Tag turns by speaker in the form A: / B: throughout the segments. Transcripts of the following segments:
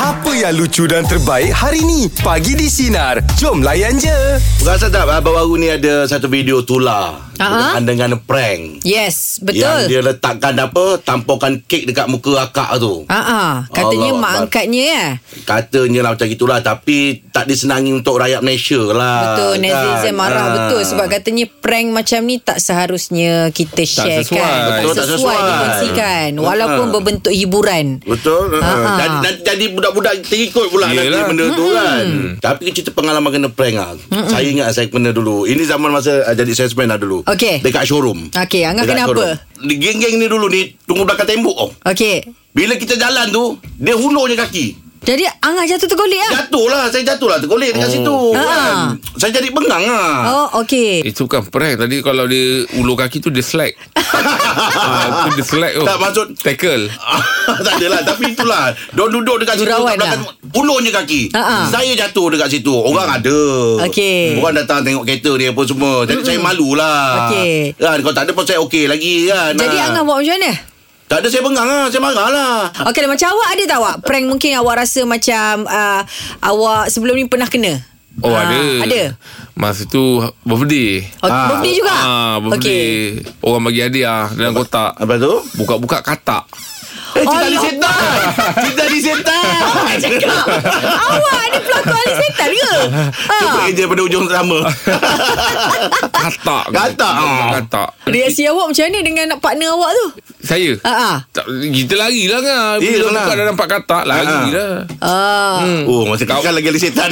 A: Apa yang lucu dan terbaik hari ni? Pagi di Sinar. Jom layan je.
B: Bukan sedap ah baru-baru ni ada satu video tular
C: Aha.
B: dengan, dengan prank.
C: Yes,
B: Yang
C: Ah, betul.
B: dia letakkan apa tampurkan kek dekat muka akak tu.
C: Ah, ah.
B: Allah
C: katanya mak
B: Akbar.
C: angkatnya ya.
B: Katanya lah macam gitulah tapi tak disenangi untuk rakyat Malaysia lah.
C: Betul, netizen marah
B: Ah.
C: betul sebab katanya prank macam ni tak seharusnya kita share
D: sesuai.
C: kan.
B: Betul, tak
C: tak sesuai
B: sesuai.
C: dikongsikan walaupun
B: Ha.
C: berbentuk hiburan.
B: Betul ah,
C: Ha, ha.
B: jadi, jadi- jadi budak-budak terikut pula
D: Yelah.
B: Nanti benda tu
C: Hmm.
B: kan Tapi cerita pengalaman kena prank lah Saya ingat saya kena dulu Ini zaman masa uh, jadi salesman lah dulu
C: Okey.
B: Dekat showroom
C: Okey, Angah
B: Dekat
C: kena apa?
B: showroom. Di Geng-geng ni dulu ni Tunggu belakang tembok oh.
C: Okey.
B: Bila kita jalan tu Dia hulur je kaki
C: Jadi Angah jatuh tergolek ah.
B: Jatuh lah Saya jatuh lah tergolek dekat situ
C: Ha.
B: kan. Saya jadi bengang lah
C: Oh, okey.
D: Itu bukan prank Tadi kalau dia ulur kaki tu Dia slack ha, Itu dia slack tu
B: Tak, maksud-
D: Tackle
B: tak adalah Tapi itulah Dia duduk dekat situ
C: Gurauan
B: kat belakang Ulurnya kaki
C: Ha, ha.
B: Saya jatuh dekat situ Orang ada
C: Hmm. Okey. Hmm.
B: Orang datang tengok kereta dia apa semua Jadi saya malulah
C: Okey.
B: kan, Kalau tak ada pun saya okey lagi kan
C: Jadi
B: Ha.
C: Angah buat macam mana?
B: Tak ada saya bengang lah Saya marah lah
C: Okey, macam awak ada tak awak prank mungkin awak rasa macam uh, awak sebelum ni pernah kena?
D: Oh
C: Ah,
D: ada
C: Ada.
D: Masa tu Birthday
C: Oh,
B: Ah.
C: birthday juga.
D: Ah,
C: Okey.
D: birthday okay. Orang bagi hadiah Dalam kotak
B: Lepas tu
D: Buka-buka katak
B: Eh cerita
C: Oh, ya Allah.
B: di setan Cerita di setan
C: Awak cakap Awak ni pelakon ahli setan ke? Ha.
B: Cuba kerja pada ujung sama
D: Katak
B: Katak, ah.
D: Katak
C: Reaksi awak macam mana dengan partner awak tu?
D: Saya
C: Ha ah.
D: tak, Kita lari lah kan
B: Eh,
D: Bila
B: lah.
D: buka dalam empat katak Lari
B: Ah.
D: lah
C: Ah.
B: Oh masa
D: Kau-
B: kekal lagi di setan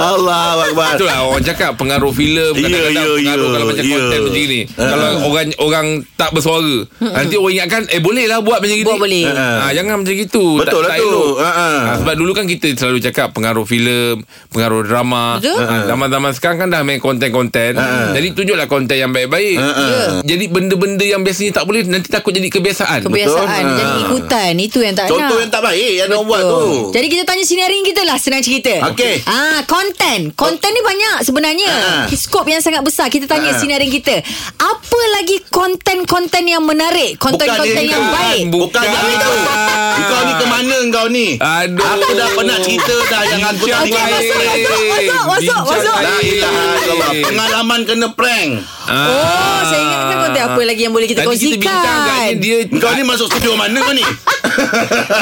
B: Allah Akbar
D: Itulah lah, orang cakap pengaruh filem
B: Ah. Ya,
D: kadang-kadang
B: ya,
D: pengaruh
B: ya,
D: kalau macam
B: ya.
D: konten macam ni.
B: Ha.
D: Kalau orang orang tak bersuara, nanti orang ingatkan eh bolehlah buat macam gini.
C: Buat boleh.
D: Ha, ha, jangan macam gitu.
B: Ah, Betul lah tu.
D: elok.
B: Ha, ha.
D: Ha, sebab dulu kan kita selalu cakap pengaruh filem, pengaruh drama.
C: Betul.
B: Ah,
D: Ha, Zaman-zaman sekarang kan dah main konten-konten.
B: Ha.
D: Jadi tunjuklah konten yang baik-baik.
B: Ya.
D: Jadi benda-benda yang biasanya tak boleh nanti takut jadi kebiasaan.
C: Kebiasaan
B: Betul.
C: Jadi
B: Ah.
C: ikutan Itu yang tak nak
B: Contoh yang tak baik eh, Yang orang buat tu
C: Jadi kita tanya sinarin kita lah Senang cerita
B: Okey.
C: ah, Konten Konten ni banyak sebenarnya
B: Ah.
C: Skop yang sangat besar Kita tanya
B: Ah.
C: sinarin kita Apa lagi konten-konten yang menarik Konten-konten yang
B: bukan.
C: baik
B: Bukan yang itu Kau ni ke mana kau ni
D: Aduh.
B: Aku dah pernah cerita dah Yang aku tak
D: Bincang
B: ingat
D: baik.
C: masuk, masuk,
D: Bincang
C: masuk.
D: baik.
B: La ilaha illallah Pengalaman kena prank
C: Oh saya ingatkan konten Apa lagi yang boleh kita
D: Tadi kita
C: kongsikan
D: bincang agaknya dia
B: Kau ni masuk studio mana kau ni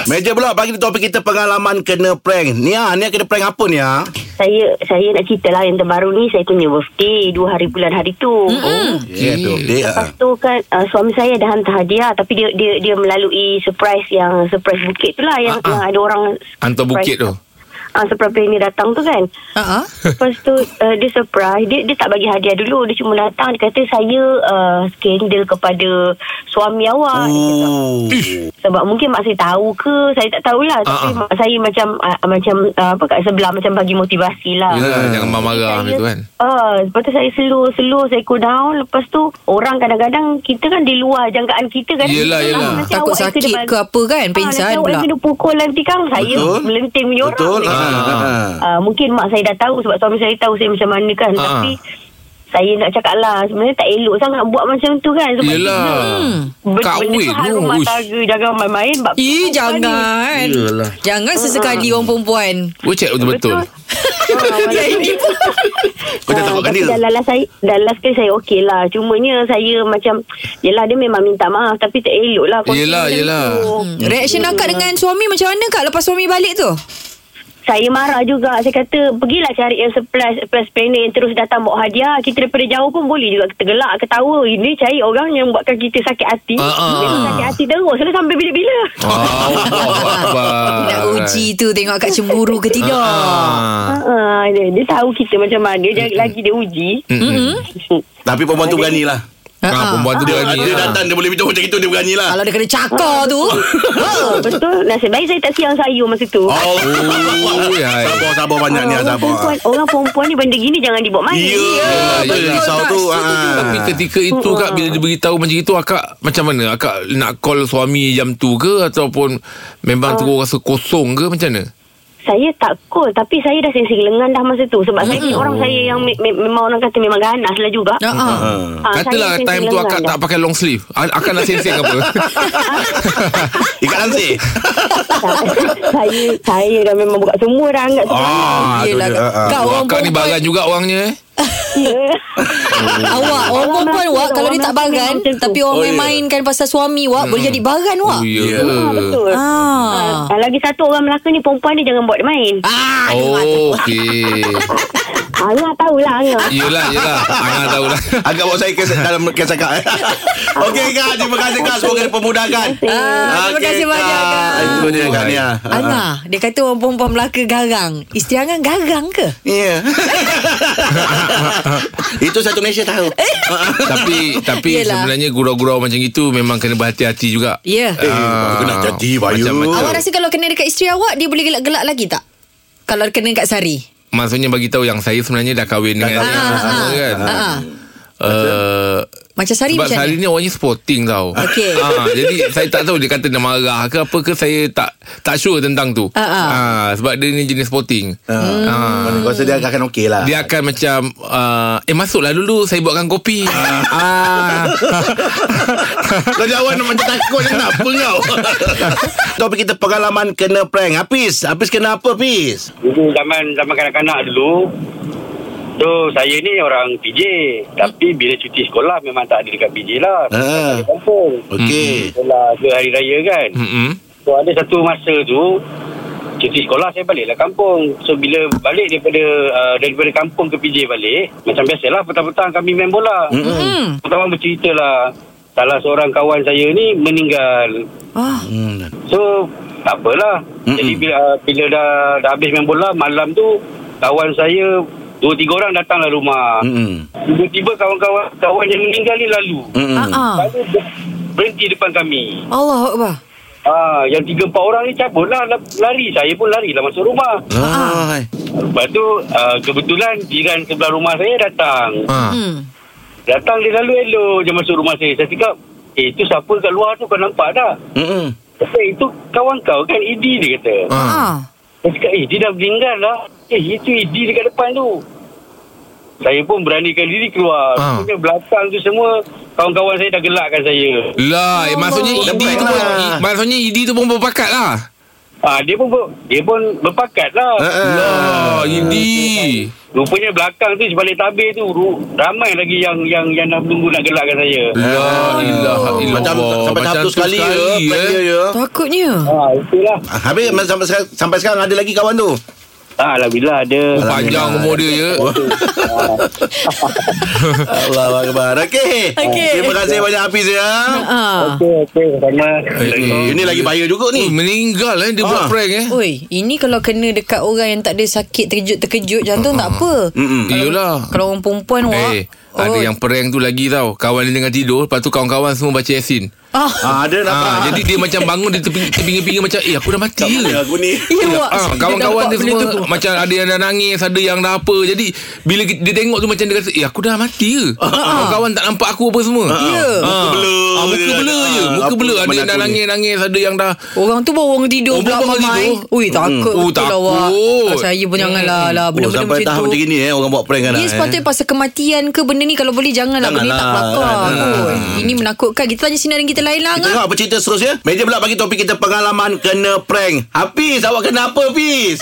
B: Meja pula Pagi ni topik kita Pengalaman kena prank Nia Nia kena prank apa Nia
E: saya saya nak cerita lah yang terbaru ni saya punya birthday dua hari bulan hari tu. Mm-hmm.
B: Ya tu Dia ah.
E: Lepas tu kan uh, suami saya dah hantar hadiah tapi dia dia dia melalui surprise yang surprise bukit tu lah
D: Ah,
E: yang,
D: ah.
E: yang ada orang
D: Hantar bukit tu.
E: Ah uh, surprise planner datang tu kan.
C: Ah, ah.
E: Lepas tu uh, dia surprise dia dia tak bagi hadiah dulu dia cuma datang dia kata saya uh, skandal kepada suami awak. Dia kata,
B: Oh.
E: sebab mungkin mak saya tahu ke saya tak tahulah
D: Ah,
E: tapi mak saya macam uh, macam uh, apa kat sebelah macam bagi motivasi lah.
D: Yelah, Ah, jangan marah-marah gitu kan.
E: Ah, lepas tu saya slow slow saya cool down lepas tu orang kadang-kadang kita kan di luar jangkaan kita kan.
D: Yelah, yelah.
E: nanti awak
C: Takut
E: yang
C: sakit
E: kena-
C: ke apa kan,
E: Ah,
C: pingsan
E: nanti awak yang
C: pula.
E: kena pukul nanti kan saya
B: Betul.
E: melenting punya orang.
B: Betul
E: Ah.
B: ah.
E: Ah, mungkin mak saya dah tahu sebab suami saya tahu saya macam mana kan
D: Ah.
E: tapi saya nak cakap lah sebenarnya tak elok sangat buat macam tu kan sebab
D: Yelah. Hmm.
E: benda, benda
D: Kahwin
E: tu hal
D: tu,
E: rumah
D: uish.
E: tangga jangan main-main bab-
C: Ih jangan
B: Yelah.
C: Jangan sesekali orang perempuan
D: Kau cek betul-betul.
E: Ah,
C: Ya ini pun
B: Kau dah
E: Ah,
B: takutkan
E: tapi
B: dia?
E: Dah last saya Dah last kali saya okey lah Cumanya saya macam Yelah dia memang minta maaf Tapi tak elok lah konsep
D: Yelah,
E: macam
D: yelah. Hmm,
E: tu.
B: Hmm.
C: Hmm.
E: Hmm.
C: Reaction akak dengan suami macam mana kak Lepas suami balik tu
E: Saya marah juga Saya kata Pergilah cari yang surprise Surprise planner Yang terus datang bawa hadiah Kita daripada jauh pun Boleh juga tergelak Ketawa Ini cari orang yang Buatkan kita sakit hati
D: Ah, ah.
E: Memang sakit hati terus Lah sampai bila-bila
B: Oh,
D: Allah
C: Ah. Nak uji tu Tengok akak cemburu ke tidak
D: Ah.
E: Ah, dia, dia tahu kita macam mana
D: Hmm,
E: Dia lagi dia uji
B: Tapi perempuan tu berani lah
D: Ah, perempuan tu
B: Dia,
D: berani.
B: dia
D: lah.
B: datang Dia boleh bincang macam itu Dia berani lah
C: Kalau dia kena cakar tu
E: Oh, Betul Nasib baik saya tak siang sayur masa tu
D: Oh,
B: Oh,
D: ya.
B: sabar sabar banyak ni
E: orang
B: sabar.
E: perempuan, orang perempuan ni benda gini jangan dibawa main.
B: Ya,
D: betul,
B: ya, risau
C: tak
B: tu.
C: setuju.
B: ah.
D: Tapi ketika itu kak bila dia beritahu macam itu akak macam mana? Akak
E: Ah.
D: nak call suami jam tu ke ataupun memang terus rasa kosong ke macam mana?
E: Saya tak cool Tapi saya dah sensing lengan dah masa tu Sebab saya ni orang saya yang me- me- Memang orang kata memang ganas lah juga
C: Ha, ha.
E: Ah, saya lah.
D: Katalah
E: sensing
D: time tu
E: lengan
D: akak
E: dah.
D: tak pakai long sleeve. A- Akak nak sensing apa?
B: Ikat langsir
E: saya saya dah memang buka semua dah anggap tu.
B: Ah, tu
C: Yelah,
B: dia. Ah, ah.
C: kau
D: Wah,
C: orang
D: akak ni
C: perempuan
D: bagan juga orangnya eh.
E: Ya.
C: Awak Orang
E: Orang
C: perempuan
E: Melayu
C: awak
E: tu,
C: Kalau
E: orang
C: dia tak
E: Melayu
C: bagan
E: memang macam tu.
C: Tapi
B: Oh, Hmm.
C: orang
B: ya.
C: main-mainkan Pasal suami awak Boleh jadi bagan awak
D: Oh, ya.
B: Ya.
E: Ah, betul.
C: Ah.
E: Ah, lagi satu orang Melaka ni perempuan ni jangan buat dia main.
C: Ah,
D: Oh, okey.
E: Angah tahulah Angah.
D: Yelah, yelah. Angah tahu lah.
B: Agak bawa saya ke dalam kes akak eh. Okey Kak Terima kasih Kak Semoga dipermudahkan
C: Ah, terima
B: Okey,
C: kasih banyak, Kak.
B: Itu dia Kak ah. Nia
C: Angah Dia kata orang perempuan Melaka garang Isteri Angah garang ke?
B: Ya Itu satu Malaysia tahu
C: Eh.
D: tapi tapi
C: Yelah.
D: Yelah. sebenarnya gurau-gurau macam itu memang kena berhati-hati juga.
C: Ya.
B: Eh, aku nak jadi, Bayu.
D: macam-macam.
C: Awak rasa kalau kena dekat isteri awak Dia boleh gelak-gelak lagi tak? Kalau kena dekat Sari
D: Maksudnya bagi tahu yang saya sebenarnya dah kahwin dengan
B: kahwin.
D: yang
C: Ah,
D: sama
C: ah,
D: kan.
C: ah, ah.
D: Uh,
C: Macam Sari
D: sebab
C: macam
D: Sari ni
C: ni
D: orangnya sporting tau
C: Okey.
D: ha, Jadi saya tak tahu Dia kata dia marah ke apa ke Saya tak tak sure tentang tu
C: Ah, Hmm. ah.
D: Ha, Sebab dia ni jenis sporting
B: Ah, Kau rasa dia akan okey lah
D: Dia akan macam uh, Eh masuklah dulu Saya buatkan kopi ah.
B: Kau jawab nak macam takut Kenapa kau Topik kita pengalaman Kena prank Hafiz Hafiz kena apa Hafiz
F: Dulu zaman zaman kanak-kanak dulu So saya ni orang PJ Tapi bila cuti sekolah Memang tak ada dekat PJ lah
B: Ah.
F: Di Kampung
B: Okey
F: Sekolah ke hari raya kan
D: Mm-mm.
F: So ada satu masa tu Cuti sekolah saya baliklah kampung So bila balik daripada uh, Daripada kampung ke PJ balik Macam biasalah petang-petang kami main bola
C: Hmm.
F: Pertama bercerita lah Salah seorang kawan saya ni meninggal
C: Ah.
B: Hmm.
F: So tak apalah Mm-mm.
B: Mm-mm.
F: Jadi bila, bila dah, dah habis main bola Malam tu Kawan saya Dua tiga orang datanglah rumah Mm-mm.
B: Hmm.
F: Tiba-tiba kawan-kawan Kawan yang meninggal ni lalu
B: Hmm.
C: Ah, ah.
F: Lalu ber- berhenti depan kami
C: Allah Akbar
F: Ah, Yang tiga empat orang ni cabut lah la- Lari Saya pun lari lah masuk rumah
B: Ah.
F: Lepas tu ah, Kebetulan jiran sebelah rumah saya datang
D: Ha.
C: Hmm.
F: Datang dia lalu elok je masuk rumah saya Saya cakap Eh tu siapa kat luar tu kau nampak tak?
B: Hmm.
F: Kata, itu kawan kau kan ED dia kata.
D: Ha.
C: Ah.
F: Saya cakap eh dia dah meninggal lah Eh itu ID dekat depan tu Saya pun beranikan diri keluar
D: Ah.
F: ha. Punya belakang tu semua Kawan-kawan saya dah gelakkan saya
D: Lah eh, Maksudnya
C: Allah.
D: ED tu pun
B: Oh, Lah.
D: i- Maksudnya ED tu pun berpakat lah
F: ha, Dia pun ber, dia pun berpakat lah
G: Ah,
B: Ha, Ah.
D: Lah ED
F: Rupanya belakang tu sebalik tabir tu ru, Ramai lagi yang yang yang nak tunggu nak gelakkan saya
D: Lah ilah
B: Ah. Macam sampai tahap tu sekali ya
D: eh.
B: prank dia ya.
C: Takutnya
F: Ha, itulah
B: Ah, Habis mas- sampai sekarang, sampai sekarang ada lagi kawan tu.
F: ha, Alhamdulillah ada
D: Panjang umur dia ya
B: Allah akbar. Okey.
C: Okey.
B: Terima kasih banyak Hafiz ya.
C: Ah.
F: Okey, okey, sama
D: Eh,
B: Ini lagi bahaya juga
D: eh,
B: ni.
D: Meninggal eh Dia
B: Ah.
D: buat prank eh
C: Oi, ini kalau kena dekat orang yang tak ada sakit terkejut-terkejut jantung tak apa.
B: Mm-mm.
D: Iyalah
C: Kalau orang perempuan awak
D: Ha. Eh, ada yang prank tu lagi tau. Kawan dia tengah tidur, lepas tu kawan-kawan semua baca Yasin.
C: ah.
B: Ah, ada nampak.
D: Ha, jadi dia macam bangun dia terping- terpinga-pinga macam, "Eh, aku dah mati
B: Tak
D: ke?"
B: boleh aku ni.
C: Ya, awak.
D: Ah, kawan-kawan dia
C: nampak benda
D: semua
C: tu.
D: macam ada yang dah nangis, ada yang dah apa. Jadi bila ki- dia tengok tu macam dia kata, "Eh, aku dah mati ke?" Kawan-kawan tak nampak aku apa semua.
C: Ya.
D: Ah,
B: blur
D: ah,
B: je.
D: muka blur je.
B: Ah,
D: Muka
B: apa
D: blur. Ada
B: mana
D: yang dah
B: aku ni?
D: nangis-nangis, ada yang dah
C: Orang tu baru orang tidur
D: Oh,
C: pula
D: baru orang
C: mamai.
D: tidur?
C: Ui takut
D: Mm. Oh,
C: betul awak.
D: takut. Eh.
C: Ah, Saya pun janganlah lah
B: Oh,
C: benda-benda
B: sampai tahap
C: macam
B: macam
C: tu.
B: ni eh orang buat prank kan.
C: Ya sepatutnya pasal kematian ke benda ni Kalau boleh janganlah Benda ni tak
B: Janganlah. Eh,
C: kelakar
B: Jangan.
C: Oi, Ini menakutkan Kita tanya sinaran kita lain
B: Kita
C: lah Angah.
B: tengok apa cerita seterusnya ya. Meja pula bagi topik kita Pengalaman kena prank Hafiz awak kena apa Hafiz?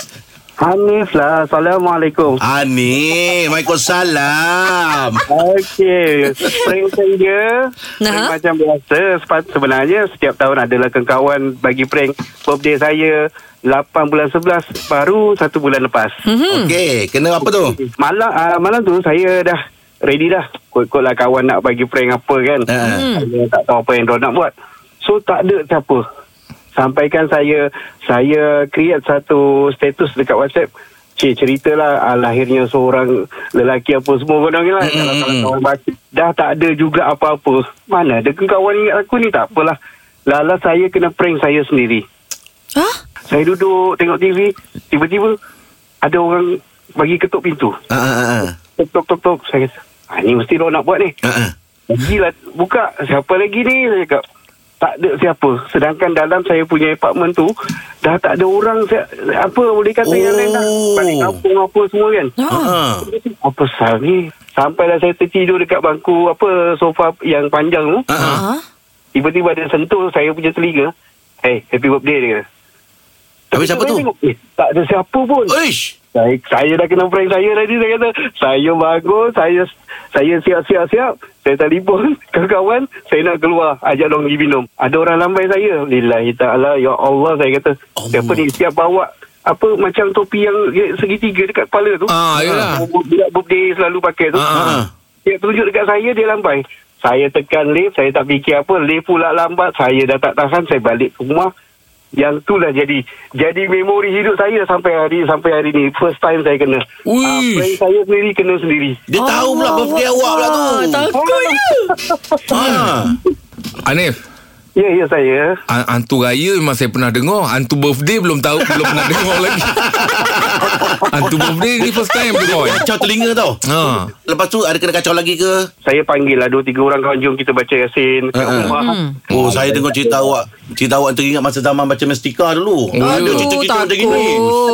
G: Hanif lah. Assalamualaikum.
B: Ani Waalaikumsalam
G: Okey. Prank saya
C: Nah.
G: prank macam biasa. Sepat, sebenarnya setiap tahun adalah kawan bagi prank birthday saya 8 bulan 11 baru 1 bulan lepas.
B: Okey Kena apa tu?
G: Malam uh, malam tu saya dah ready dah. Kot-kot lah kawan nak bagi prank apa kan.
B: Ha.
G: Saya tak tahu apa yang dia nak buat. So tak ada siapa. Sampaikan saya saya create satu status dekat WhatsApp. Cik ceritalah ah, lahirnya seorang lelaki apa semua kau dengar lah. Kalau kalau kawan baca. Dah tak ada juga apa-apa. Mana ada ke kawan ingat aku ni tak apalah. Lala saya kena prank saya sendiri.
C: Ha?
G: Saya duduk tengok TV, tiba-tiba ada orang bagi ketuk pintu.
B: Ha ha ha.
G: Tok tok tok tok. Saya kata, ah, ni mesti dia nak buat ni.
B: Ha ha.
G: Gila buka siapa lagi ni saya cakap tak ada siapa sedangkan dalam saya punya apartment tu Dah tak ada orang saya, Apa boleh kata oh. yang lain dah
B: Oh.
G: Balik kampung apa semua kan
C: Ha.
B: Ha.
G: Apa sal ni Sampailah saya tertidur dekat bangku Apa sofa yang panjang tu
B: Ha. ha.
C: Ha.
G: Tiba-tiba dia sentuh saya punya telinga Hey happy birthday dia kata
B: Habis siapa
G: Saya
B: tu?
G: tengok, eh, tak ada siapa pun
B: Uish.
G: saya, saya dah kena prank saya tadi saya kata saya bangun saya saya siap-siap siap saya telefon kawan-kawan saya nak keluar ajak dong pergi minum ada orang lambai saya lillahi taala ya Allah saya kata
B: Allah.
G: siapa ni siap bawa apa macam topi yang segitiga dekat kepala tu
D: Ah, yelah.
G: budak birthday selalu pakai tu
B: Ah, ah, ah.
G: dia tunjuk dekat saya dia lambai saya tekan lift saya tak fikir apa lift pula lambat saya dah tak tahan saya balik ke rumah yang tu lah jadi jadi memori hidup saya sampai hari sampai hari ni first time saya kena
D: Ui.
G: Ah, friend saya sendiri kena sendiri
B: Dia tahu pula birthday awak pula tu.
C: Takutnya.
B: Ha.
D: Anif
G: ya ya saya
D: an- Hantu raya memang saya pernah dengar Hantu birthday belum tahu Belum pernah dengar lagi Hantu birthday ni first time dengar eh?
B: Kacau telinga tau.
D: Ha.
B: Lepas tu ada kena kacau lagi ke?
G: saya panggil lah dua tiga orang kawan jom kita baca yasin kat
B: Ah, ah.
G: rumah
B: Oh, saya dengar cerita awak. Cerita awak teringat masa zaman baca mestika dulu.
D: Oh,
B: ada
D: ya.
B: cerita-cerita macam
C: Takut.
B: gini.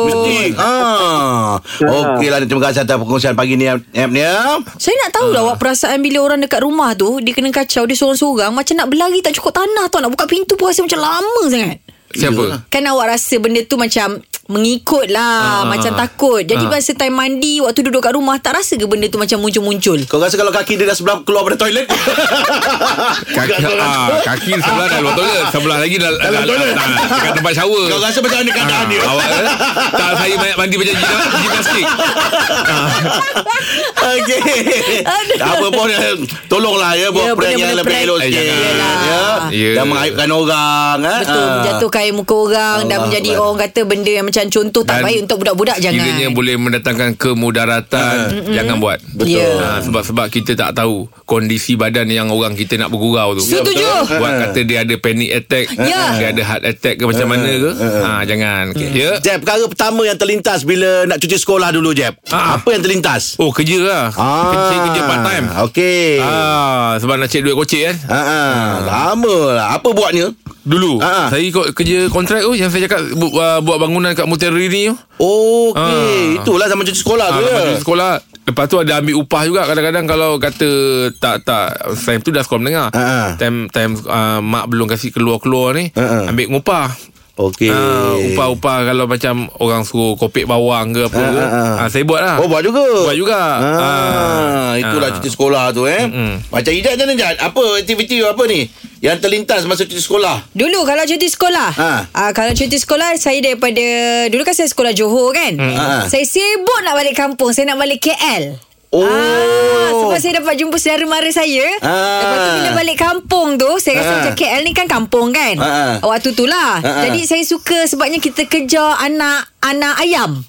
B: Mesti. Ha. Okeylah, terima kasih atas perkongsian pagi ni, Em ya. ni.
C: Saya nak tahu
B: Ah.
C: lah awak perasaan bila orang dekat rumah tu dia kena kacau dia seorang-seorang macam nak berlari tak cukup tanah tau nak buka pintu pun rasa macam lama sangat.
D: Siapa?
C: Kan awak rasa benda tu macam mengikut lah
D: Ah.
C: macam takut. Jadi
D: Ah.
C: masa time mandi waktu duduk kat rumah tak rasa ke benda tu macam muncul-muncul?
B: Kau rasa kalau kaki dia dah sebelah keluar pada toilet?
D: Kaki, ah, kaki sebelah dah luar toilet Sebelah lagi dah, dah, dah, dah, dah Dekat tempat shower
B: Kau rasa macam mana keadaan dia?
D: Ah, awak, eh? Tak saya banyak mandi macam gina- gimnastik
B: Okey.
C: Aduh.
B: Tak apa pun eh, tolonglah ya buat
C: Ya,
B: prank yang
C: benda-benda
B: lebih
C: prank.
B: elok
D: Eh,
B: sikit.
D: jangan.
B: Ya.
D: Ya.
B: Dan mengayubkan orang eh.
C: Betul
B: Ah.
C: menjatuhkan air muka orang dan
B: Allah
C: menjadi
B: Akbar.
C: orang kata benda yang macam contoh tak
D: Dan
C: baik untuk budak-budak jangan.
D: Kiranya boleh mendatangkan
B: Ah.
D: kemudaratan Jangan buat
C: Betul. Ya.
D: Ah, Sebab-sebab kita tak tahu Kondisi badan yang orang kita nak bergurau tu
C: Setuju.
B: betul.
D: Buat kata dia ada panic attack
C: Ya. Hmm.
D: Dia ada heart attack ke macam mana ke ah, Jangan okay. Ya
B: Jeb, perkara pertama yang terlintas bila nak cuci sekolah dulu, Jeb.
D: Ah.
B: Apa yang terlintas?
D: Oh kerja lah Kerja, kerja part time
B: Ah. Okey.
D: ah, Sebab nak cek duit kocik kan
B: Ha ah. Lama lah. Apa buatnya?
D: Dulu
B: Ah.
D: Saya ikut kerja kontrak tu Yang saya cakap bu, uh, Buat bangunan kat Mutiara ni tu
B: Okey,
D: Ah.
B: itulah zaman cuci sekolah
D: Ah,
B: tu
D: lepas
B: ya.
D: tu sekolah Lepas tu ada ambil upah juga Kadang-kadang kalau kata Tak tak Time tu dah sekolah menengah
B: Ha, ha.
D: Time time uh, Mak belum kasih keluar-keluar ni
B: Ha, ha.
D: Ambil ngupah
B: Okey.
D: Ah, upah-upah kalau macam orang suruh kopek bawang ke apa
B: Ah,
D: ke.
B: ah, ah.
D: Ah, saya buat lah.
B: Oh buat juga
D: Buat juga.
B: ah, Itulah
D: Ah.
B: cuti sekolah tu eh
D: Mm-mm.
B: Macam Ijat macam mana Ijat Apa aktiviti apa ni Yang terlintas masa cuti sekolah
C: Dulu kalau cuti sekolah
B: Ha.
C: ah, Kalau cuti sekolah Saya daripada Dulu kan saya sekolah Johor kan
B: Ha.
C: Saya sibuk nak balik kampung Saya nak balik KL
B: Oh.
C: Ah, sebab saya dapat jumpa saudara mara saya
B: Ah.
C: Lepas tu bila balik kampung tu Saya rasa
B: Ah.
C: macam KL ni kan kampung kan
B: Ah.
C: Waktu tu lah
B: Ah.
C: Jadi saya suka sebabnya kita kejar anak Anak ayam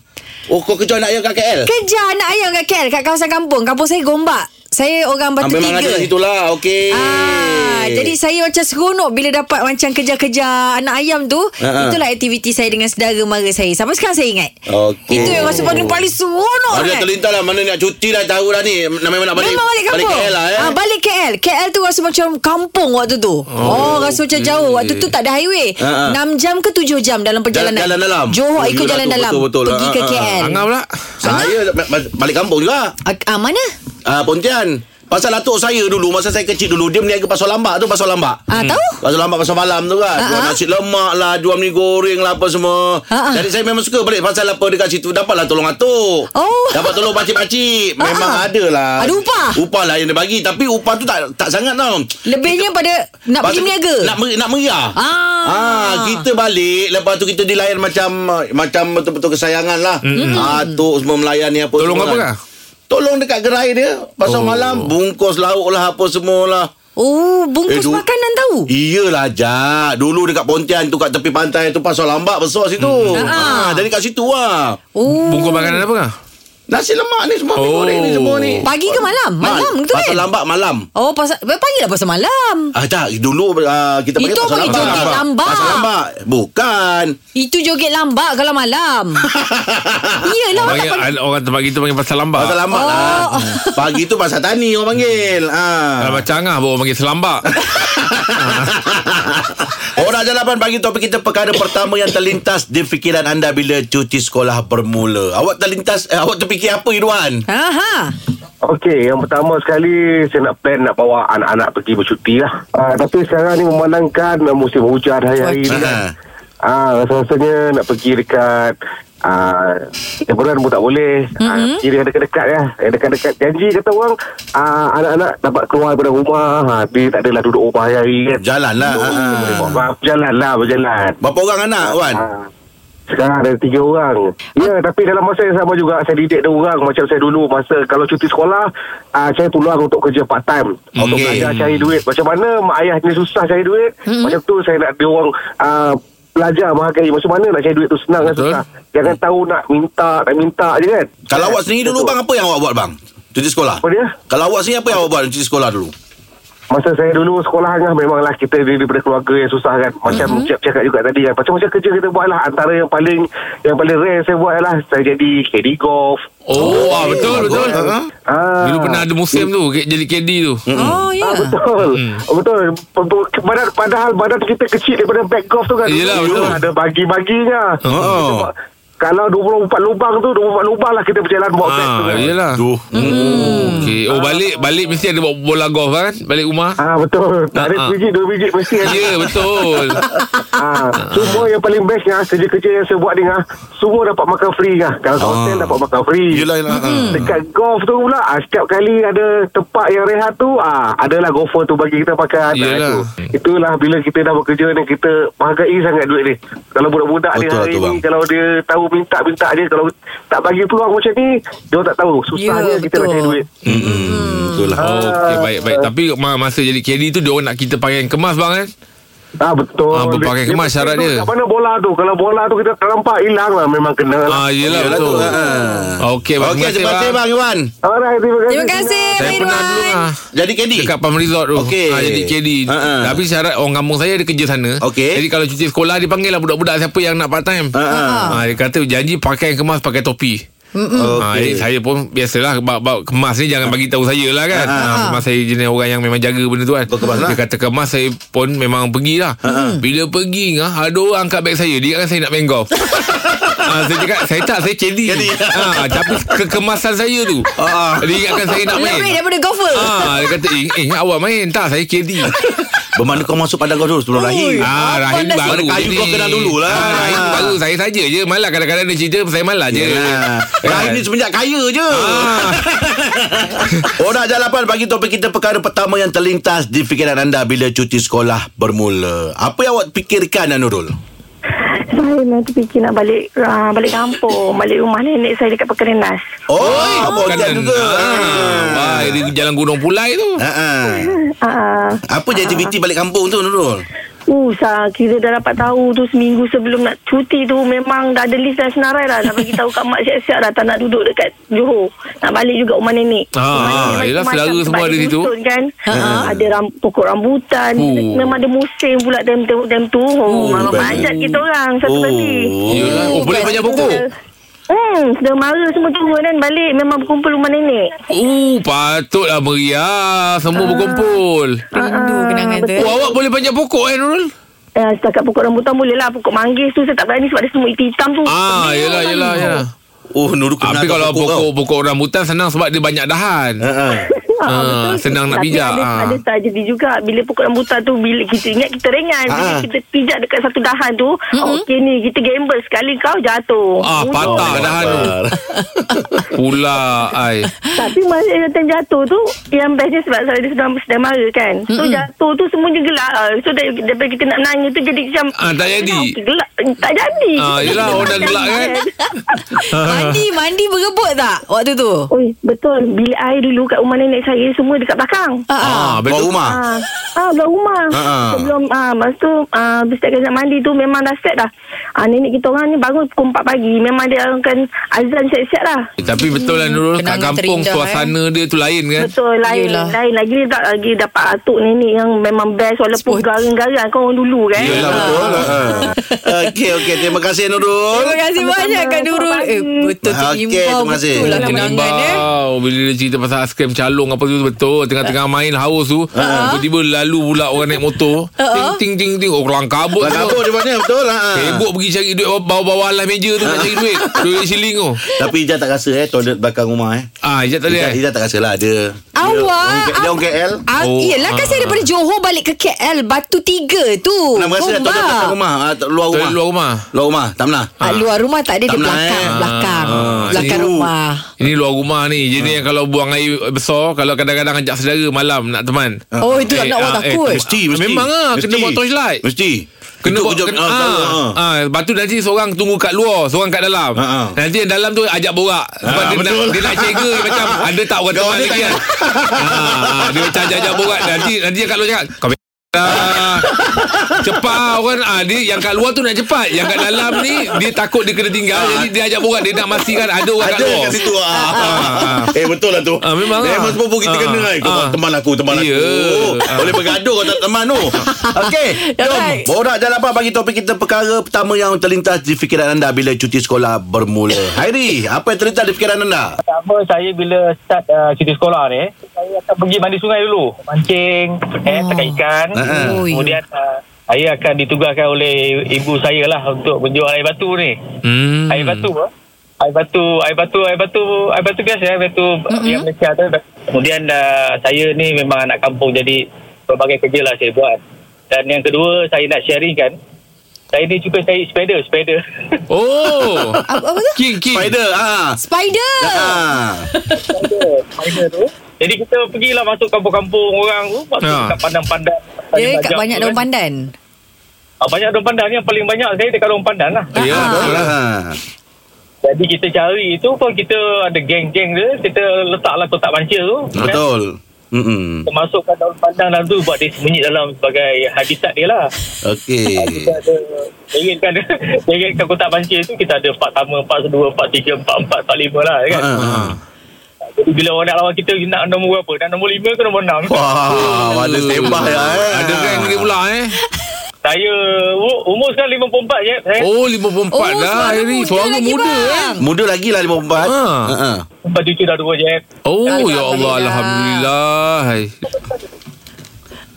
B: Oh kau kecoh nak ayam kat KL
C: Kejar anak ayam kat KL Kat kawasan kampung Kampung saya Gombak Saya orang
B: Ah,
C: Batu
B: Memang ada
C: Tiga
B: kat situ lah Okey
C: Ah, jadi saya macam seronok bila dapat macam kejar-kejar anak ayam tu.
B: Ha, ha.
C: Itulah aktiviti saya dengan saudara mara saya. Sampai sekarang saya ingat.
B: Okey.
C: Itu yang rasa paling paling seronok
B: Ada
C: kan.
B: terlintas lah Mana nak cuti lah Tahu lah ni Nak memang nak balik
C: Memang balik kampung
B: Balik KL lah eh
C: ah, Balik KL KL tu rasa macam kampung waktu tu Oh, oh rasa macam jauh Waktu tu tak ada highway
B: Ah, ah.
C: 6 jam ke 7 jam dalam perjalanan
B: Jalan- jalan dalam. Oh,
C: Johor ikut
B: yelah
C: jalan
B: tu,
C: dalam
B: betul-betul.
C: Pergi
B: Ah,
C: ke
B: ah, ah.
C: KL
D: Angah pula.
B: Saya ba- ba- balik kampung juga
C: ah, ah, Mana?
B: ah, Pontian Pasal atuk saya dulu Masa saya kecil dulu Dia meniaga pasal lambak tu Pasal lambak
C: Ah, Tahu?
B: Pasal lambat pasal malam tu kan
C: Ha,
B: Jual
C: ha.
B: nasi lemak lah Jual mi goreng lah apa semua
C: Ha, ha.
B: Jadi saya memang suka balik Pasal apa dekat situ Dapatlah tolong atuk
C: Oh.
B: Dapat tolong pakcik-pakcik
C: Ha,
B: Memang
C: ha.
B: ada lah
C: Ada upah?
B: Upah lah yang dia bagi Tapi upah tu tak tak sangat tau
C: Lebihnya pada Nak pergi
B: Pasal-
C: meniaga
B: Nak, meri- nak meriah
C: Ah.
B: Ah, kita balik lepas tu kita dilayan macam macam betul-betul kesayangan lah.
C: Hmm.
B: Mm. Atuk semua melayan ni apa
D: Tolong
B: semua
D: apa
B: kan.
D: kah?
B: Tolong dekat gerai dia
D: Oh.
B: Pasal malam Bungkus lauk lah Apa semua lah
C: Oh
B: Eh,
C: bungkus
B: du-
C: makanan tahu
B: Iyalah Jak Dulu dekat Pontian tu Kat tepi pantai tu Pasal lambak besar situ hmm. ha,
C: Ah.
B: Dari kat situ lah
C: Oh
D: Bungkus makanan apa kah?
B: Nasi lemak ni semua oh.
D: Oh.
B: goreng ni semua ni
C: Pagi ke malam? Malam
B: Ma-
C: gitu kan?
B: Pasal lambak malam
C: Oh pasal eh, Panggil lah pasal malam
B: Ah tak dulu uh, kita panggil
C: Itu
B: pasal
C: panggil
B: lambak.
C: joget lambak.
B: Pasal lambak. Bukan.
C: Itu joget lambak kalau malam Yelah orang tak
D: Panggil,
C: panggil
D: ada orang tempat kita panggil pasal lambak.
B: Pasal lambak
C: Oh.
B: lah. Pagi tu pasal tani orang panggil. Ah.
D: Kalau macam Angah baru panggil selambak.
B: Orang jalanan bagi topik kita perkara pertama yang terlintas di fikiran anda bila cuti sekolah bermula. Awak terlintas, eh, awak terfikir apa Irwan?
C: Ha ha.
H: Okey, yang pertama sekali saya nak plan nak bawa anak-anak pergi bercuti lah. Uh, tapi sekarang ni memandangkan uh, musim hujan hari-hari ni
B: Ah.
H: kan. Ah, uh, rasanya nak pergi dekat Ah, uh, pun tak boleh mm-hmm. uh, Kira yang dekat-dekat ya Yang dekat-dekat Janji kata orang ah, Anak-anak dapat keluar daripada rumah ha, Dia tak adalah duduk rumah hari-hari kan
B: Jalanlah. Ah, ah.
H: Ah, Berjalan lah Berjalan
B: Berapa orang anak, Wan?
H: Ah, Sekarang ada tiga orang
B: Ah.
H: Ya tapi dalam masa yang sama juga Saya didik dia orang Macam saya dulu Masa kalau cuti sekolah uh, Saya peluang untuk kerja part time Untuk
B: Okey.
H: belajar cari duit Macam mana Mak ayah ni susah cari duit
B: Hmm.
H: mm-hmm. Macam tu saya nak dia orang uh, Belajar menghargai Macam mana nak cari duit tu Senang kan
D: Betul.
H: susah Jangan tahu nak minta Nak minta je kan
B: Kalau awak sendiri dulu bang, apa yang awak buat bang? Cuti sekolah?
H: Apa dia?
B: Kalau awak sendiri apa yang awak buat cuti sekolah dulu?
H: Masa saya dulu sekolah hangah memanglah kita dari- daripada keluarga yang susah kan. Macam
B: Hmm.
H: mm-hmm. Cep cakap juga tadi kan. Macam-macam kerja kita buat lah. Antara yang paling yang paling rare saya buat lah. Saya jadi KD golf.
D: Oh, ah, betul betul.
B: Ha?
H: Ah,
D: Dulu pernah ada musim tu ke- jadi KD tu.
C: Oh ya.
H: Ah, betul. Hmm. Betul. Betul. Padahal, padahal badan kita kecil daripada back golf tu kan.
D: Yelah,
H: Dulu
D: betul.
H: Ada bagi-baginya.
B: Oh.
H: Sebab Kalau 24 lubang tu 24 lubang lah kita berjalan bawa ah, tu
D: Ah,
H: kan.
D: iyalah.
B: Duh.
D: Okey. Oh, balik balik mesti ada bawa bola golf kan? Balik rumah.
H: Ah betul. Tak ada
D: Ah, ah.
H: biji dua biji mesti
D: Ya,
H: ada.
D: yeah, betul.
H: Ah, semua yang paling best ni ah, kerja-kerja yang saya buat ni ah, semua dapat makan free ah. Kalau kat hotel
B: Ah.
H: dapat makan free.
B: Yelah, yelah. Mm-hmm.
H: Dekat golf tu pula ah, Setiap kali ada tempat yang rehat tu ah, Adalah golfer tu bagi kita pakai anak
D: Yelah.
H: tu Itulah bila kita dah bekerja ni Kita menghargai sangat duit ni Kalau budak-budak ni
B: Betul lah
H: hari
B: tu, bang.
H: ni Kalau dia tahu minta-minta dia Kalau tak bagi peluang macam ni Dia orang tak tahu Susahnya
C: Ya,
H: kita nak
C: betul.
H: cari duit
B: Hmm. Itulah.
H: Ah.
D: Okey, baik baik. Tapi ma- masa jadi KD tu dia orang nak kita pakaian kemas bang kan?
H: Ah betul.
D: Ah, berpakai kemas syarat
H: betul
D: dia.
H: Kat mana bola tu? Kalau bola tu kita terlampak hilang lah memang kena lah.
D: Ah, yelah
B: Yelah tu.
D: betul.
B: Ah.
D: Okey, bang.
B: Okey, terima kasih bang Irwan.
H: Alright, terima kasih.
C: Terima kasih
D: Saya
C: Abang
D: pernah dulu
C: Irwan.
D: ah.
B: Jadi KD.
D: Dekat Palm Resort tu
B: ha. Okey.
D: ha, Jadi KD
B: Ha, ha.
D: Tapi syarat orang kampung saya Ada kerja sana
B: Okey.
D: Jadi kalau cuti sekolah Dia panggil lah budak-budak Siapa yang nak part time
B: Ha, ha.
D: ha, Dia kata janji pakai kemas Pakai topi
B: Okey.
D: Ha, jadi saya pun biasalah bab-bab kemas ni jangan bagi tahu saya lah kan. Ha, kemas saya jenis orang yang memang jaga benda tu kan.
B: Ah. Berkemas lah. Ah,
D: Dia kata kemas saya pun memang pergi lah. Bila pergi ngah ada orang angkat beg saya. Dia kan saya nak main golf. ha, saya cakap saya tak saya cedi. Ha, tapi kekemasan saya tu.
B: Ah.
D: Dia ingatkan saya nak
C: Lebih
D: main.
C: daripada golfer.
D: Ah, dia kata eh, eh ingat awak main tak saya KD.
B: Bermakna kau masuk padang kau dulu sebelum lahir.
D: ah, Rahim
C: dah
D: baru.
B: sih? Kayu
D: ni.
B: kau kenal dulu lah.
D: Ah, Rahim
B: Ah.
D: baru saya saja je. Malah kadang-kadang dia cerita saya malah je.
B: Yelah.
D: Kan?
B: Rahim ni semenjak kaya je.
D: Ah.
B: Orang Jalapan bagi topik kita perkara pertama yang terlintas di fikiran anda bila cuti sekolah bermula. Apa yang awak fikirkan Anurul?
I: Saya memang terfikir nak balik uh, balik kampung, balik rumah nenek saya dekat Pekerenas.
B: Oh, oh bojak
D: Kanan.
B: juga.
D: Ah. Wah, di jalan Gunung Pulai tu.
B: Ah. ah.
I: Uh,
B: Apa je aktiviti balik kampung tu Nurul?
I: usah ah, kira dah dapat tahu tu seminggu sebelum nak cuti tu memang dah ada list dah senarai dah. Dah bagi tahu kat mak siap-siap dah tak nak duduk dekat Johor. Nak balik juga rumah nenek.
D: Ah,
I: Rumah nenek
D: yelah,
I: macam-macam tempat
D: selera semua ada
I: dia
D: situ. Ha,
I: susun Kan? Uh, ada ram, pokok rambutan.
D: Oh.
I: Memang ada musim pula time, time, time tu. Oh, memang panjat kita orang satu kali.
D: Oh. Yelah. Oh, boleh banyak pokok.
I: Hmm, dah marah semua turun kan balik memang berkumpul rumah nenek.
D: Oh, patutlah meriah. Semua berkumpul.
C: Rindu kenangan tu.
D: Oh, awak boleh panjat pokok eh, Nurul?
I: Uh, setakat pokok rambutan boleh lah Pokok manggis tu saya tak berani Sebab dia semua iti hitam tu
D: Ah,
E: ya lah,
D: yelah, yelah, yelah.
B: Oh, Nurul kenal
D: Tapi
B: tak
D: kalau
B: kau?
D: pokok-pokok rambutan senang sebab dia banyak dahan.
B: Ah, ah.
D: Ah, senang nak
I: Tapi
D: pijak,
I: ada,
D: ah.
I: ada tragedi juga Bila pokok rambutan tu Bila kita ingat kita ringan Bila
B: Ah.
I: kita pijak dekat satu dahan tu mm-hmm. Okey ni kita gamble Sekali kau jatuh
D: Ah,
E: Oh,
I: Bunuh.
D: patah dahan tu. Pula, ai.
I: Tapi masa yang datang jatuh tu Yang bestnya sebab saya dia sedang, sedang marah kan So mm-hmm. jatuh tu semua dia gelak ah. So dari- daripada kita nak nangis tu Jadi macam
D: Ah, tak jadi.
I: Okey, gelak, Tak jadi
D: Ah, yelah, orang dah gelak kan?
C: Mandi mandi berebut tak waktu tu?
I: Oi, betul. Bilik air dulu kat rumah nenek saya semua dekat belakang.
C: Ha ah.
D: Ah,
B: Buat
D: betul.
B: rumah.
I: Ah, ah belakang rumah.
B: Ah, ah.
I: Sebelum ah masa tu ah setiap kali nak mandi tu memang dah set dah. Ah nenek kita orang ni bangun pukul 4 pagi. Memang dia akan azan siap-siap lah.
D: Tapi betul lah Nurul Kat
C: Kenangan
D: kampung
C: terindah,
D: suasana dia tu lain kan
I: Betul lain
C: Yelah.
I: lain lagi tak lagi dapat atuk nenek yang memang best walaupun
C: Sporty.
I: garang-garang kau orang dulu kan.
D: Yelah,
B: Betul lah. ah. Eh, lah. Okey okey terima kasih Nurul.
C: Terima kasih
I: Sama-sama.
C: banyak Kak Nurul. Eh,
I: Selamat
C: betul tu
B: Okey,
C: imbau
B: terima kasih.
C: betul lah
D: Dia
C: kenangan eh.
D: imbau Bila dia cerita pasal Askrim calong Apa tu betul Tengah-tengah main haus tu Tiba-tiba lalu pula Orang naik motor Ting ting ting ting Oh kelang kabut
B: Buat
D: tu.
B: kabur dia mana betul ha.
D: Sibuk pergi cari duit Bawah-bawah alas meja tu Nak cari duit Duit siling tu
B: Tapi Ijaz tak rasa eh toilet belakang rumah eh.
D: Ah, Ijat tadi
B: Ijaz,
D: eh
B: Ijaz tak rasa lah ada. Dia-
C: Awak
B: orang K- Dia orang KL.
C: Ah,
D: Oh,
C: oh, yelah kan
D: ah.
C: saya daripada Johor balik ke KL Batu Tiga tu
B: Nak rasa dah toilet belakang rumah ah, tak- Luar
D: Toilet
B: rumah
D: luar rumah
B: Luar rumah Tak pernah
C: Ah, luar rumah tak ada
B: Tak
C: Dia
B: pernah,
C: belakang
B: eh.
C: Belakang
D: Ah,
C: Belakang
B: itu.
C: rumah
D: Ini luar rumah ni Jadi yang kalau buang air besar Kalau kadang-kadang ajak saudara Malam nak teman
C: Oh itu nak nak awak
D: ah, eh,
C: takut
B: Mesti mesti
D: Memang lah Kena
B: Mesti.
D: bawa torchlight
B: Mesti
D: Kena
B: Tutup
D: buat
B: kejap,
D: kena,
B: ah,
D: ah,
B: tahu, ah.
D: ah. Lepas tu nanti seorang tunggu kat luar Seorang kat dalam
B: Ah, ah.
D: Nanti yang dalam tu ajak borak Sebab
B: Ah,
D: dia, nak,
B: betul.
D: dia nak jaga dia Macam ada tak orang
B: Kawan
D: teman
B: dia
D: lagi
B: tak-
D: kan ah, ah, Dia macam ajak-ajak borak Nanti nanti yang kat luar cakap Kau Ah, cepat orang ah, dia yang kat luar tu nak cepat yang kat dalam ni dia takut dia kena tinggal jadi dia ajak borak dia nak pastikan ada orang kat
B: Ada
D: luar
B: kat situ ah.
D: ah.
B: Eh betul lah tu
D: Ah, memang
B: Memang
D: ah.
B: sepupu kita
D: Ah,
B: kena kan Kau
D: ah.
B: buat teman aku Teman
D: Ya.
B: aku Oh,
D: Ah.
B: Boleh bergaduh kau tak teman tu Okey Jom
C: Alright.
B: Borak jalan apa Bagi topik kita Perkara pertama yang terlintas Di fikiran anda Bila cuti sekolah bermula Hairi Apa yang terlintas di fikiran anda
A: Tak apa saya bila start uh, cuti sekolah ni Saya akan pergi mandi sungai dulu Mancing Eh
C: Oh.
A: tangkap ikan
B: Ah.
C: Ui.
A: Kemudian uh, saya akan ditugaskan oleh ibu saya lah Untuk menjual air batu ni
D: hmm.
A: Air batu apa? Air batu, air batu, air batu, air batu biasa, air batu mm-hmm. yang Malaysia tu. Kemudian uh, saya ni memang anak kampung jadi berbagai kerja lah saya buat. Dan yang kedua saya nak sharing kan. Saya ni juga saya spider, spider.
D: oh
C: Apa, apa tu?
D: king king
B: Spider ah.
C: Spider
B: Ah.
A: spider tu. Jadi kita pergilah masuk kampung-kampung orang tu. Masuk
B: Ya.
D: Ha.
A: ha. kat pandang-pandang.
C: Dia Eh, kat
A: Tajam
C: banyak
A: tu
C: daun
A: kan.
C: pandan
A: Ah, banyak daun pandan ni yang paling banyak saya dekat daun pandan lah.
D: Ya,
C: Ah.
D: betul lah.
B: Ah.
A: Jadi kita cari tu pun kita ada geng-geng dia. Kita letaklah kotak mancia tu.
B: Ah, Betul Mm-mm.
A: Termasukkan daun pandan dalam tu Buat dia sembunyi dalam Sebagai habitat dia lah
B: Okey
A: Kita ada Ingatkan Ingatkan kotak pancir tu Kita ada part pertama Part kedua Part tiga Part empat Part lima lah kan
B: Ah, ah.
A: Jadi bila orang nak lawan kita Nak nombor berapa Dan nombor lima ke nombor enam
B: Wah, ada sembah ya. Eh.
D: Ada kan dia pula eh
A: Saya u- Umur sekarang lima puluh empat je Saya
D: Oh 54
C: Oh,
D: dah
C: suara
D: Airi
C: muda
D: Suara
C: lagi,
D: muda eh
C: bang.
B: Muda lagi lah 54. Ha.
D: Ha.
B: Ha.
A: empat cucu dah dua je eh.
D: Oh
C: Alhamdulillah.
D: ya Allah Alhamdulillah Hai.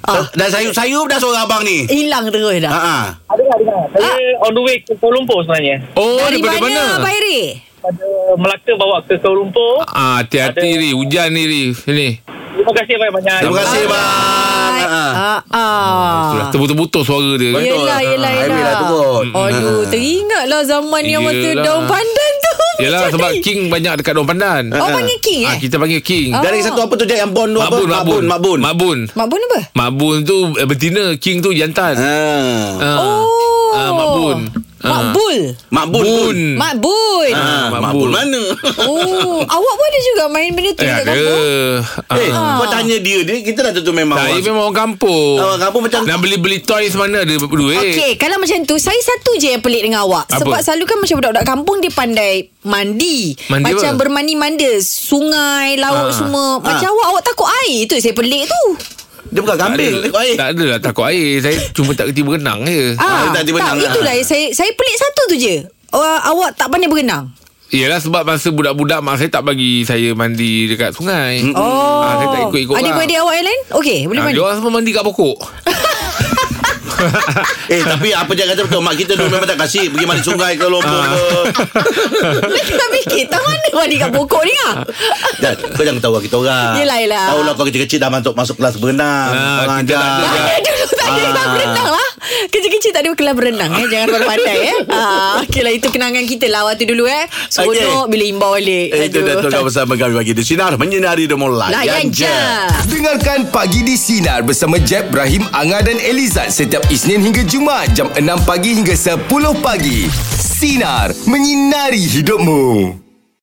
B: So, dah sayup-sayup dah suara abang ni.
C: Hilang terus
D: Ah,
B: Ha.
C: dah
B: ha.
A: Ada lah ada lah Saya on the way ke Kuala Lumpur sebenarnya
D: Oh
C: Dari
D: daripada
C: mana
D: mana
C: Abang Iri?
A: Pada Melaka bawa ke Kuala Lumpur
D: Ah, hati-hati
A: Ada.
D: Ri Hujan ni Ri Sini
A: Terima kasih banyak-banyak
B: Terima kasih bang. Ha. ha.
C: Ah, ah. Ya.
D: Itulah, Terputus-putus suara dia
B: Betul.
C: Yelah, yelah,
B: Ah, highway lah
C: yelah.
B: tu kot.
C: Aduh, teringatlah zaman yang masa
D: Hmm, Yelah.
C: daun pandan tu.
D: Yelah
C: Macam
D: sebab
C: ni.
D: King banyak dekat Daun Pandan
C: Oh, panggil King
D: Ah,
C: eh?
D: Kita panggil King
C: Ah.
B: Dari satu apa tu Jack yang bon tu
D: Mabun
B: apa?
D: Mabun
B: Mabun. Mabun.
D: Mabun
C: Mak Bun
D: Ah,
C: apa?
D: Mabun tu eh, betina King tu jantan
B: Ha.
D: Ah.
C: Oh.
D: Ah, Mabun Ah. Hmm.
C: Makbul.
B: Mabun.
D: Bun. Eh,
C: Makbun.
B: Ha,
D: Mabun.
B: Mabun mana?
C: Oh, awak pun ada juga main benda
D: Eh
C: tu dekat
D: ada
C: kampung?
D: Ah.
B: Eh, kau tanya dia dia kita dah tentu memang.
D: Saya
B: orang-
D: memang orang kampung
B: Orang kampung macam-
D: Nak beli-beli toys mana eh? ada duit
C: Okey, kalau macam tu saya satu je yang pelik dengan awak.
D: Apa?
C: Sebab selalu kan macam budak-budak kampung dia pandai mandi.
D: Mandi
C: macam
D: apa?
C: bermandi manda, sungai,
D: Ah.
C: laut semua. Macam
B: Ah.
C: awak awak takut air tu yang saya pelik tu.
B: Dia bukan kambing.
D: Tak ada-
B: Kau air.
D: Tak ada lah takut air Saya cuma tak ya. kerti berenang je
B: Ah, tak tiba nang lah.
C: itulah yang saya saya pelik satu tu je. Uh, awak tak pandai berenang.
D: Yelah sebab masa budak-budak Mak saya tak bagi saya mandi dekat sungai
B: Mm-mm.
C: Oh.
D: Ah, saya tak ikut-ikut lah.
C: Adik-adik awak yang lain? Okey, boleh
D: Ah,
C: mandi.
D: dia orang semua mandi kat pokok
B: Eh, tapi apa Jack kata betul. Mak kita dulu memang tak kasih pergi mandi sungai ke lombok
D: Ah.
B: ke.
C: Nak fikir Tak mana mandi kat pokok ni ah.
B: Dan kau jangan tahu kita orang.
C: Yelah, yelah.
B: Tahulah kau kecil-kecil dah masuk masuk kelas berenang.
D: Ah,
B: orang
D: kita
B: ajar.
D: dah-
C: Ada Eh, dulu tak ada
B: Ah.
C: kelas berenang lah Kecil-kecil tak ada kelas berenang eh Jangan pandai-pandai eh ah, Okey lah itu kenangan kita lah Waktu dulu eh
B: Okey.
C: Seronok bila imbau balik
B: Eh, Itu dah tukar bersama kami bagi di Sinar Menyinari Demo
C: Layan
B: Layan
C: je
B: je
J: Dengarkan Pagi di Sinar bersama Jeb, Ibrahim, Anga dan Elizad setiap Isnin hingga Jumaat jam 6 pagi hingga 10 pagi. Sinar. Menyinari hidupmu.